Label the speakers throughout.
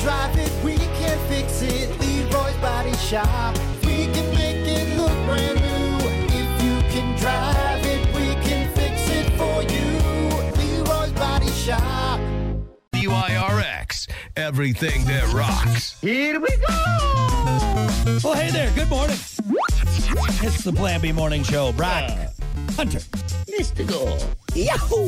Speaker 1: drive it, we can fix it. Leroy's Body Shop. We can make it look brand new. If you can drive it, we can fix it for you. Leroy's Body Shop.
Speaker 2: WIRX, everything that rocks.
Speaker 3: Well, hey there. Good morning. It's the Plan B Morning Show. Brock, Hunter,
Speaker 4: Mystical.
Speaker 3: Yahoo.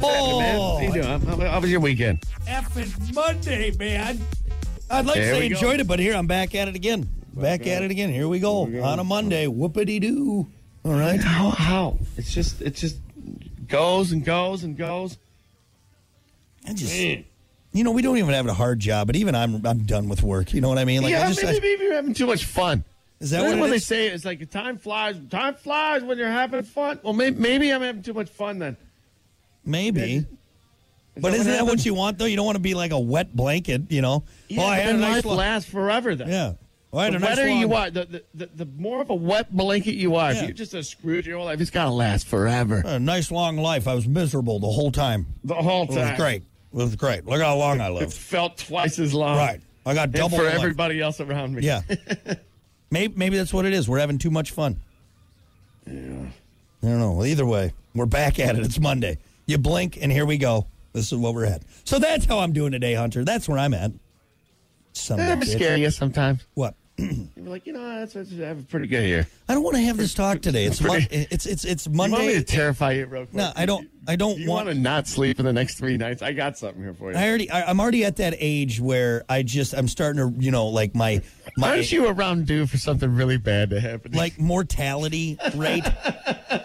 Speaker 2: How you
Speaker 3: Oh,
Speaker 2: doing? How- How was your weekend?
Speaker 3: effing Monday, man. I'd like
Speaker 2: There
Speaker 3: to say
Speaker 2: we go.
Speaker 3: enjoyed it, but here I'm back at it again. Back at it again. Here we go on a Monday. Whoopity doo. All right.
Speaker 2: How? How? It's just, it just goes and goes and goes.
Speaker 3: I just,
Speaker 2: Mm.
Speaker 3: you know, we don't even have a hard job, but even I'm, I'm done with work. You know what I mean? Like,
Speaker 2: yeah,
Speaker 3: I just, I-
Speaker 2: maybe, maybe you're having too much fun.
Speaker 3: is that
Speaker 2: That's
Speaker 3: what
Speaker 2: what
Speaker 3: it
Speaker 2: they
Speaker 3: is?
Speaker 2: say. It's like time flies. Time flies when you're having fun. Well, maybe, maybe I'm having too much fun then.
Speaker 3: Maybe. But
Speaker 2: that
Speaker 3: isn't
Speaker 2: what
Speaker 3: that what you want though? You don't want to be like a wet blanket, you know? oh, I had a
Speaker 2: then
Speaker 3: nice
Speaker 2: life
Speaker 3: long-
Speaker 2: lasts forever then.
Speaker 3: Yeah. Oh, I had
Speaker 2: The
Speaker 3: a nice
Speaker 2: wetter
Speaker 3: long-
Speaker 2: you are, the, the, the, the more of a wet blanket you are,
Speaker 3: Yeah.
Speaker 2: if you're just a Scrooge your whole life, it's got to last forever.
Speaker 3: a nice long life. I was miserable the whole time.
Speaker 2: The whole
Speaker 3: It was
Speaker 2: time.
Speaker 3: great. It was great. Look how long I
Speaker 2: It
Speaker 3: lived.
Speaker 2: felt twice as long.
Speaker 3: Right. I got
Speaker 2: And
Speaker 3: double
Speaker 2: for
Speaker 3: the life.
Speaker 2: everybody else around me.
Speaker 3: Yeah. maybe maybe that's what it is. We're having too much fun. Yeah. I don't know. Well, either way, we're back at it. It's Monday. You blink and here we go. This is what we're at. So that's how I'm doing today, Hunter. That's where I'm at. Some
Speaker 2: That'd be
Speaker 3: bitch.
Speaker 2: scary yeah, sometimes.
Speaker 3: What?
Speaker 2: You're like, you know, that's, that's, I have a pretty good year.
Speaker 3: I don't want to have this talk today. It's mon- it's it's it's
Speaker 2: You want me
Speaker 3: Monday.
Speaker 2: to terrify you real quick?
Speaker 3: No, I don't. I
Speaker 2: Do
Speaker 3: don't
Speaker 2: you
Speaker 3: want.
Speaker 2: want to not sleep for the next three nights? I got something here for you.
Speaker 3: I already. I, I'm already at that age where I just. I'm starting to. You know, like my my
Speaker 2: Aren't you around due for something really bad to happen?
Speaker 3: like mortality rate.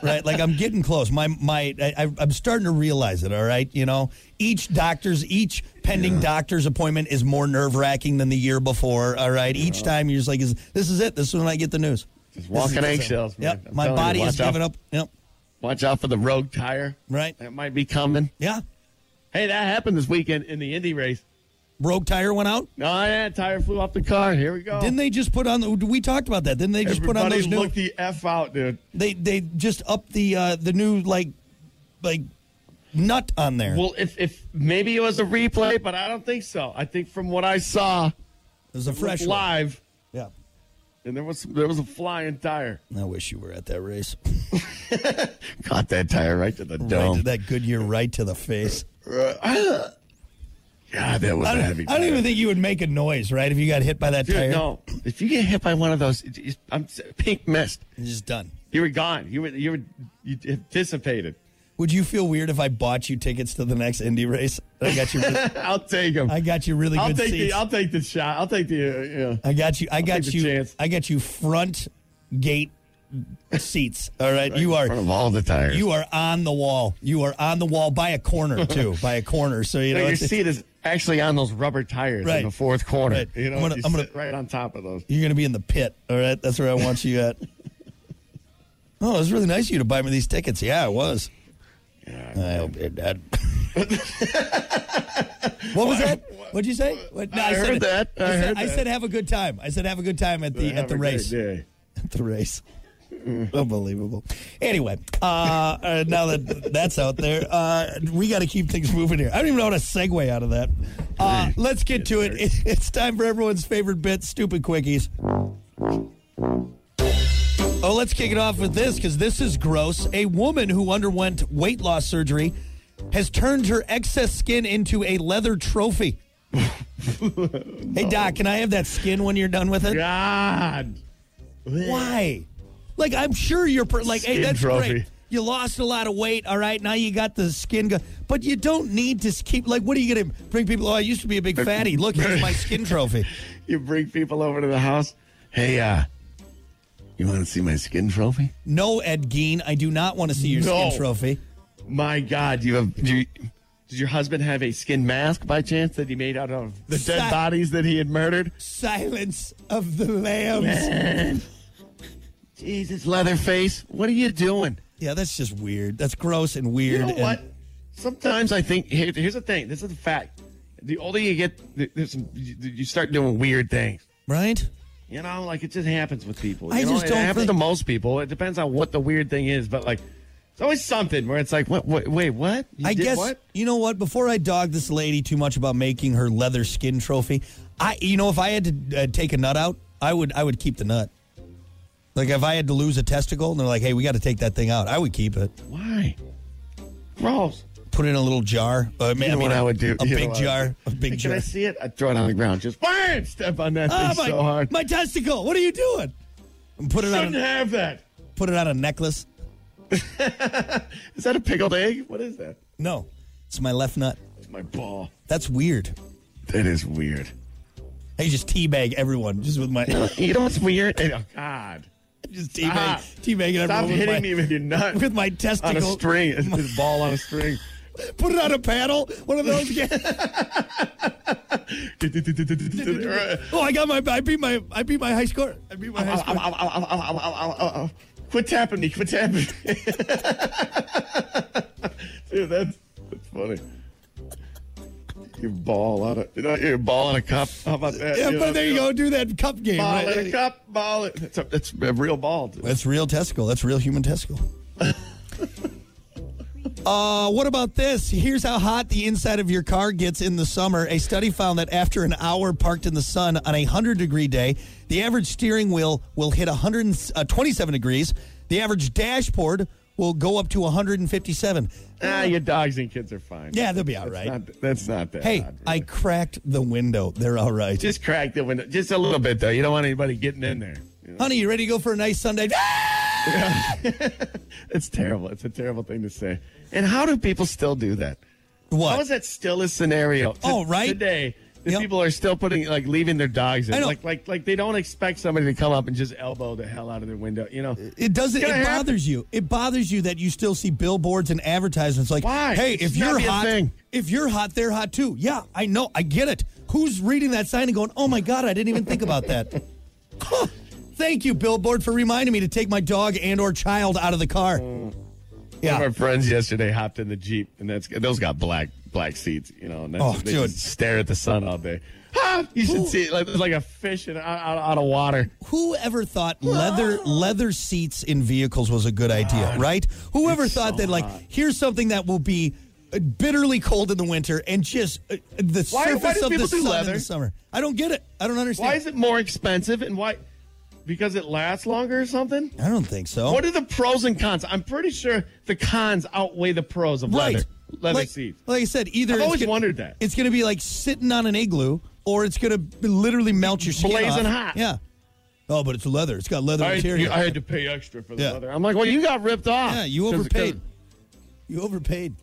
Speaker 3: right. Like I'm getting close. My my. I, I- I'm starting to realize it. All right. You know, each doctor's each pending doctor's appointment is more nerve wracking than the year before. All right. Each time you're just like, is this is it? This is when I get the news.
Speaker 2: Just walking eggshells. man.
Speaker 3: Yep.
Speaker 2: I'm
Speaker 3: My
Speaker 2: telling you,
Speaker 3: body is
Speaker 2: watch out-
Speaker 3: giving up. Yep.
Speaker 2: Watch out for the rogue tire.
Speaker 3: Right.
Speaker 2: That might be coming.
Speaker 3: Yeah.
Speaker 2: Hey, that happened this weekend in the Indy race.
Speaker 3: Rogue tire went out.
Speaker 2: No, yeah, tire flew off the car. Here we go.
Speaker 3: Didn't they just put on the? We talked about that. Didn't they just put on
Speaker 2: Oh. Everybody
Speaker 3: those new?
Speaker 2: look the f out, dude.
Speaker 3: they they just up the uh, the new like like nut on there.
Speaker 2: Well, if if maybe it was a replay, but I don't think so. I think from what I saw
Speaker 3: it was a fresh one.
Speaker 2: live,
Speaker 3: Yeah,
Speaker 2: and there was there was a flying tire.
Speaker 3: I wish you were at that race.
Speaker 2: Caught that tire right to the
Speaker 3: Right to
Speaker 2: dome.
Speaker 3: that Goodyear right to the face.
Speaker 2: God, that was
Speaker 3: I
Speaker 2: a
Speaker 3: don't,
Speaker 2: heavy.
Speaker 3: I don't even
Speaker 2: tire.
Speaker 3: think you would make a noise, right? If you got hit by that
Speaker 2: Dude,
Speaker 3: tire,
Speaker 2: no. If you get hit by one of those, it- it's- I'm s- pink mist.
Speaker 3: you're just done.
Speaker 2: You were gone. You were you were you had dissipated.
Speaker 3: Would you feel weird if I bought you tickets to the next Indy race? I got you. Really,
Speaker 2: I'll take him.
Speaker 3: I got you really
Speaker 2: I'll
Speaker 3: good
Speaker 2: take
Speaker 3: seats.
Speaker 2: the I'll take the shot. I'll take the uh, yeah.
Speaker 3: I got you. I got
Speaker 2: take the
Speaker 3: you.
Speaker 2: chance.
Speaker 3: I got you front gate seats. All right, you are
Speaker 2: of all the tires.
Speaker 3: You are on the wall. You are on the wall by a corner too, by a corner. So you know.
Speaker 2: No, your
Speaker 3: it's-
Speaker 2: seat is actually on those rubber tires
Speaker 3: Right.
Speaker 2: in the fourth corner.
Speaker 3: Right.
Speaker 2: You know,
Speaker 3: I'm gonna-
Speaker 2: you
Speaker 3: I'm gonna-
Speaker 2: sit right on top of those.
Speaker 3: You're going to be in the pit. All right, that's where I want you at. oh, it was really nice of you to buy me these tickets. Yeah, it was. I hope you're dead. what was that? What'd you say? What?
Speaker 2: I
Speaker 3: said
Speaker 2: heard
Speaker 3: it.
Speaker 2: that.
Speaker 3: I,
Speaker 2: I
Speaker 3: said,
Speaker 2: heard
Speaker 3: I
Speaker 2: that.
Speaker 3: said have a good time. I said have a good time at the
Speaker 2: Have
Speaker 3: at the
Speaker 2: a great
Speaker 3: race.
Speaker 2: day.
Speaker 3: At the race. Unbelievable. Anyway, uh, uh, now that that's out there, uh, we got to keep things moving here. I don't even know how to segue out of that. Uh, let's get to it. It- It's time for everyone's favorite bit, stupid quickies. Oh, let's kick it off with this because this is gross. A woman who underwent weight loss surgery has turned her excess skin into a leather trophy. Hey, Doc, can I have that skin when you're done with it?
Speaker 2: God.
Speaker 3: Why? Like, I'm sure you're per- like, hey,
Speaker 2: Skin
Speaker 3: that's
Speaker 2: trophy.
Speaker 3: great. You lost a lot of weight, all right. Now you got the skin, go- but you don't need to s- keep. Like, what are you going to bring people? Oh, I used to be a big fatty. Look, here's my skin trophy.
Speaker 2: You bring people over to the house. Hey, uh, you want to see my skin trophy?
Speaker 3: No, Ed Gein, I do not want to see your
Speaker 2: No.
Speaker 3: skin trophy.
Speaker 2: My God, you have. Do you, did your husband have a skin mask by chance that he made out of the
Speaker 3: Stop.
Speaker 2: dead bodies that he had murdered?
Speaker 3: Silence of the lambs.
Speaker 2: Jesus, Leatherface, what are you doing?
Speaker 3: yeah, that's just weird. That's gross and weird.
Speaker 2: You know
Speaker 3: and-
Speaker 2: what? Sometimes I think here, here's the thing. This is a fact. The older you get, th- there's some, you you start doing weird things.
Speaker 3: Right?
Speaker 2: You know, like it just happens with people.
Speaker 3: I
Speaker 2: you know?
Speaker 3: just
Speaker 2: it
Speaker 3: don't
Speaker 2: happens
Speaker 3: think-
Speaker 2: to most people. It depends on what the weird thing is, but like It's always something where it's like, what, what wait, what? You
Speaker 3: I
Speaker 2: did
Speaker 3: guess
Speaker 2: what?
Speaker 3: you know what. Before I dog this lady too much about making her leather skin trophy, I you know if I had to uh, take a nut out, I would I would keep the nut. Like if I had to lose a testicle, and they're like, "Hey, we got to take that thing out," I would keep it,
Speaker 2: Why? Gross.
Speaker 3: put it in a little jar. Uh, I mean,
Speaker 2: You know what I would do?
Speaker 3: A
Speaker 2: You know
Speaker 3: big
Speaker 2: what I
Speaker 3: jar,
Speaker 2: would
Speaker 3: a big
Speaker 2: Can I
Speaker 3: jar.
Speaker 2: see it? I'd throw it on the ground. Just bam, step on that
Speaker 3: Ah,
Speaker 2: thing
Speaker 3: my,
Speaker 2: so hard.
Speaker 3: my testicle! What are you doing? And Put it
Speaker 2: Shouldn't
Speaker 3: on. A,
Speaker 2: have that.
Speaker 3: put it on a necklace.
Speaker 2: Is that a pickled egg? What is that?
Speaker 3: No, it's my left nut.
Speaker 2: It's my ball.
Speaker 3: That's weird.
Speaker 2: That is weird.
Speaker 3: I just teabag everyone just with my
Speaker 2: You know what's weird? Oh, God.
Speaker 3: just teabag
Speaker 2: Ah.
Speaker 3: teabagging everyone
Speaker 2: Stop
Speaker 3: with
Speaker 2: hitting
Speaker 3: my,
Speaker 2: me with your nut.
Speaker 3: with my
Speaker 2: on a
Speaker 3: testicle
Speaker 2: string. It's this ball on a string.
Speaker 3: Put it on a paddle. One of those. Games. oh, I got my. I beat my. I beat my high score. I beat my high score.
Speaker 2: Quit tapping me. Quit tapping me. Dude, that's, that's funny. Your ball on a you know, your ball in a cup. How about that?
Speaker 3: yeah,
Speaker 2: know,
Speaker 3: but there you go. Do that cup game.
Speaker 2: Ball
Speaker 3: right?
Speaker 2: in a cup. Ball. In, that's, a, that's a real ball. dude.
Speaker 3: That's real testicle. That's real human testicle. Uh, what about this? Here's how hot the inside of your car gets in the summer. A study found that after an hour parked in the sun on a 100 degree day, the average steering wheel will hit 127 uh, degrees. The average dashboard will go up to 157.
Speaker 2: Ah, your dogs and kids are fine.
Speaker 3: Yeah, they'll be all
Speaker 2: that's
Speaker 3: right.
Speaker 2: Not, that's not that.
Speaker 3: Hey,
Speaker 2: bad,
Speaker 3: I
Speaker 2: really.
Speaker 3: cracked the window. They're all right.
Speaker 2: just cracked the window just a little bit though. You don't want anybody getting in there. you know?
Speaker 3: Honey, you ready to go for a nice Sunday? Ah,
Speaker 2: It's terrible. It's a terrible thing to say. And how do people still do that?
Speaker 3: What?
Speaker 2: How is that still a scenario? to-
Speaker 3: Oh, right.
Speaker 2: Today, the
Speaker 3: Yep.
Speaker 2: people are still putting like leaving their dogs in.
Speaker 3: I know.
Speaker 2: Like like like they don't expect somebody to come up and just elbow the hell out of their window. You know.
Speaker 3: It doesn't. It
Speaker 2: Gonna happen.
Speaker 3: bothers you. It bothers you that you still see billboards and advertisements like,
Speaker 2: Why?
Speaker 3: "Hey,
Speaker 2: It
Speaker 3: if
Speaker 2: should not
Speaker 3: you're
Speaker 2: be a
Speaker 3: hot,
Speaker 2: thing."
Speaker 3: if you're hot, they're hot too." Yeah, I know. I get it. Who's reading that sign and going, "Oh my god, I didn't even think about that." Huh. Thank you, billboard, for reminding me to take my dog and or child out of the car.
Speaker 2: Mm. One
Speaker 3: Yeah.
Speaker 2: of our friends yesterday hopped in the jeep, and that's those got black black seats, you know. And that's,
Speaker 3: Oh,
Speaker 2: they
Speaker 3: dude.
Speaker 2: just stare at the sun all day. Ah, you should see it like, it's like a fish in, out, out, out of water.
Speaker 3: Who ever thought leather leather seats in vehicles was a good idea, right? Whoever thought that like here's something that will be uh, bitterly cold in the winter and just uh, the
Speaker 2: Why- why
Speaker 3: surface
Speaker 2: do
Speaker 3: of the
Speaker 2: people do
Speaker 3: sun in
Speaker 2: leather?
Speaker 3: the summer. I don't get it. I don't understand.
Speaker 2: Why is it more expensive, and why? Because it lasts longer or something?
Speaker 3: I don't think so.
Speaker 2: What are the pros and cons? I'm pretty sure the cons outweigh the pros of
Speaker 3: right.
Speaker 2: leather leather
Speaker 3: like,
Speaker 2: seats.
Speaker 3: Like I said, either
Speaker 2: I've
Speaker 3: it's
Speaker 2: always
Speaker 3: gonna-
Speaker 2: wondered that.
Speaker 3: It's going to be like sitting on an igloo, or it's going to be literally melt your skin.
Speaker 2: Blazing
Speaker 3: off.
Speaker 2: hot.
Speaker 3: Yeah. Oh, but it's leather. It's got leather
Speaker 2: I,
Speaker 3: material.
Speaker 2: I had to pay extra for the
Speaker 3: Yeah.
Speaker 2: leather. I'm like, well, you got ripped off.
Speaker 3: yeah, you
Speaker 2: 'Cause-
Speaker 3: overpaid.
Speaker 2: 'cause
Speaker 3: You overpaid.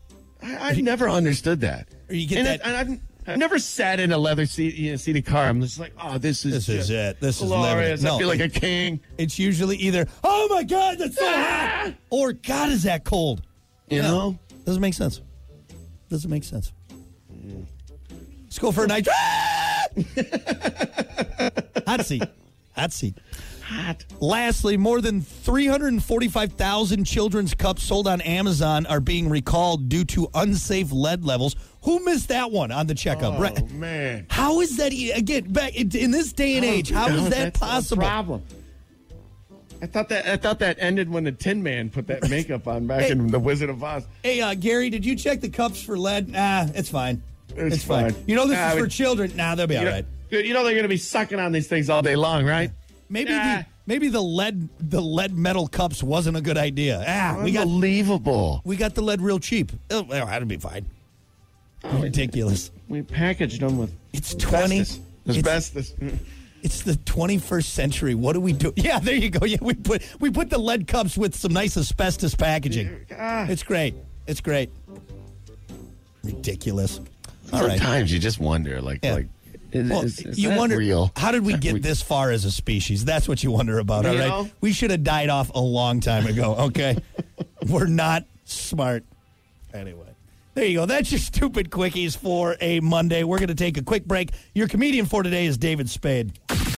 Speaker 2: I, I've never understood that.
Speaker 3: Or you get
Speaker 2: and
Speaker 3: that-
Speaker 2: I, and I've, I've never sat in a leather seat, you know, seated car. I'm just like, oh, this is
Speaker 3: This is
Speaker 2: just
Speaker 3: it. This is
Speaker 2: glorious.
Speaker 3: leather. No.
Speaker 2: I feel like a king.
Speaker 3: It's usually either, oh my God, that's so hot, or God, is that cold?
Speaker 2: You know?
Speaker 3: Doesn't make sense. Doesn't make sense. Let's go for a night. Hot seat. Hot seat.
Speaker 2: Hot.
Speaker 3: Lastly, more than 345,000 children's cups sold on Amazon are being recalled due to unsafe lead levels. Who missed that one on the checkup? right.
Speaker 2: Oh, man.
Speaker 3: How is that e- again back in, in this day and age? How
Speaker 2: No,
Speaker 3: is that
Speaker 2: that's a
Speaker 3: possible?
Speaker 2: problem. I thought that I thought that ended when the Tin Man put that makeup on back
Speaker 3: Hey.
Speaker 2: in The Wizard of Oz.
Speaker 3: Hey, uh, Gary, did you check the cups for lead? Nah, it's fine.
Speaker 2: It's fine.
Speaker 3: You know this
Speaker 2: Nah,
Speaker 3: is
Speaker 2: I
Speaker 3: for
Speaker 2: would-
Speaker 3: children. Nah, they'll be all
Speaker 2: You
Speaker 3: right.
Speaker 2: know, you know they're going to be sucking on these things all day long, right?
Speaker 3: Maybe
Speaker 2: Nah.
Speaker 3: the maybe the lead the lead metal cups wasn't a good idea. Ah, we got
Speaker 2: Unbelievable.
Speaker 3: we got the lead real cheap. Oh, well, that'll be fine. Ridiculous.
Speaker 2: We packaged them with
Speaker 3: It's 20.
Speaker 2: asbestos.
Speaker 3: It's-
Speaker 2: Asbestos.
Speaker 3: It's the 21st century. What do we do? Yeah, there you go. Yeah, we put we put the lead cups with some nice asbestos packaging.
Speaker 2: Ah.
Speaker 3: It's great. It's great. Ridiculous. All right.
Speaker 2: Sometimes you just wonder, like,
Speaker 3: Yeah.
Speaker 2: like, is,
Speaker 3: Well,
Speaker 2: is- is
Speaker 3: you
Speaker 2: that
Speaker 3: wonder
Speaker 2: real?
Speaker 3: how did we get this far as a species? That's what you wonder about.
Speaker 2: You
Speaker 3: all right,
Speaker 2: know?
Speaker 3: we should have died off a long time ago. Okay, we're not smart. Anyway, there you go. That's your stupid quickies for a Monday. We're going to take a quick break. Your comedian for today is David Spade.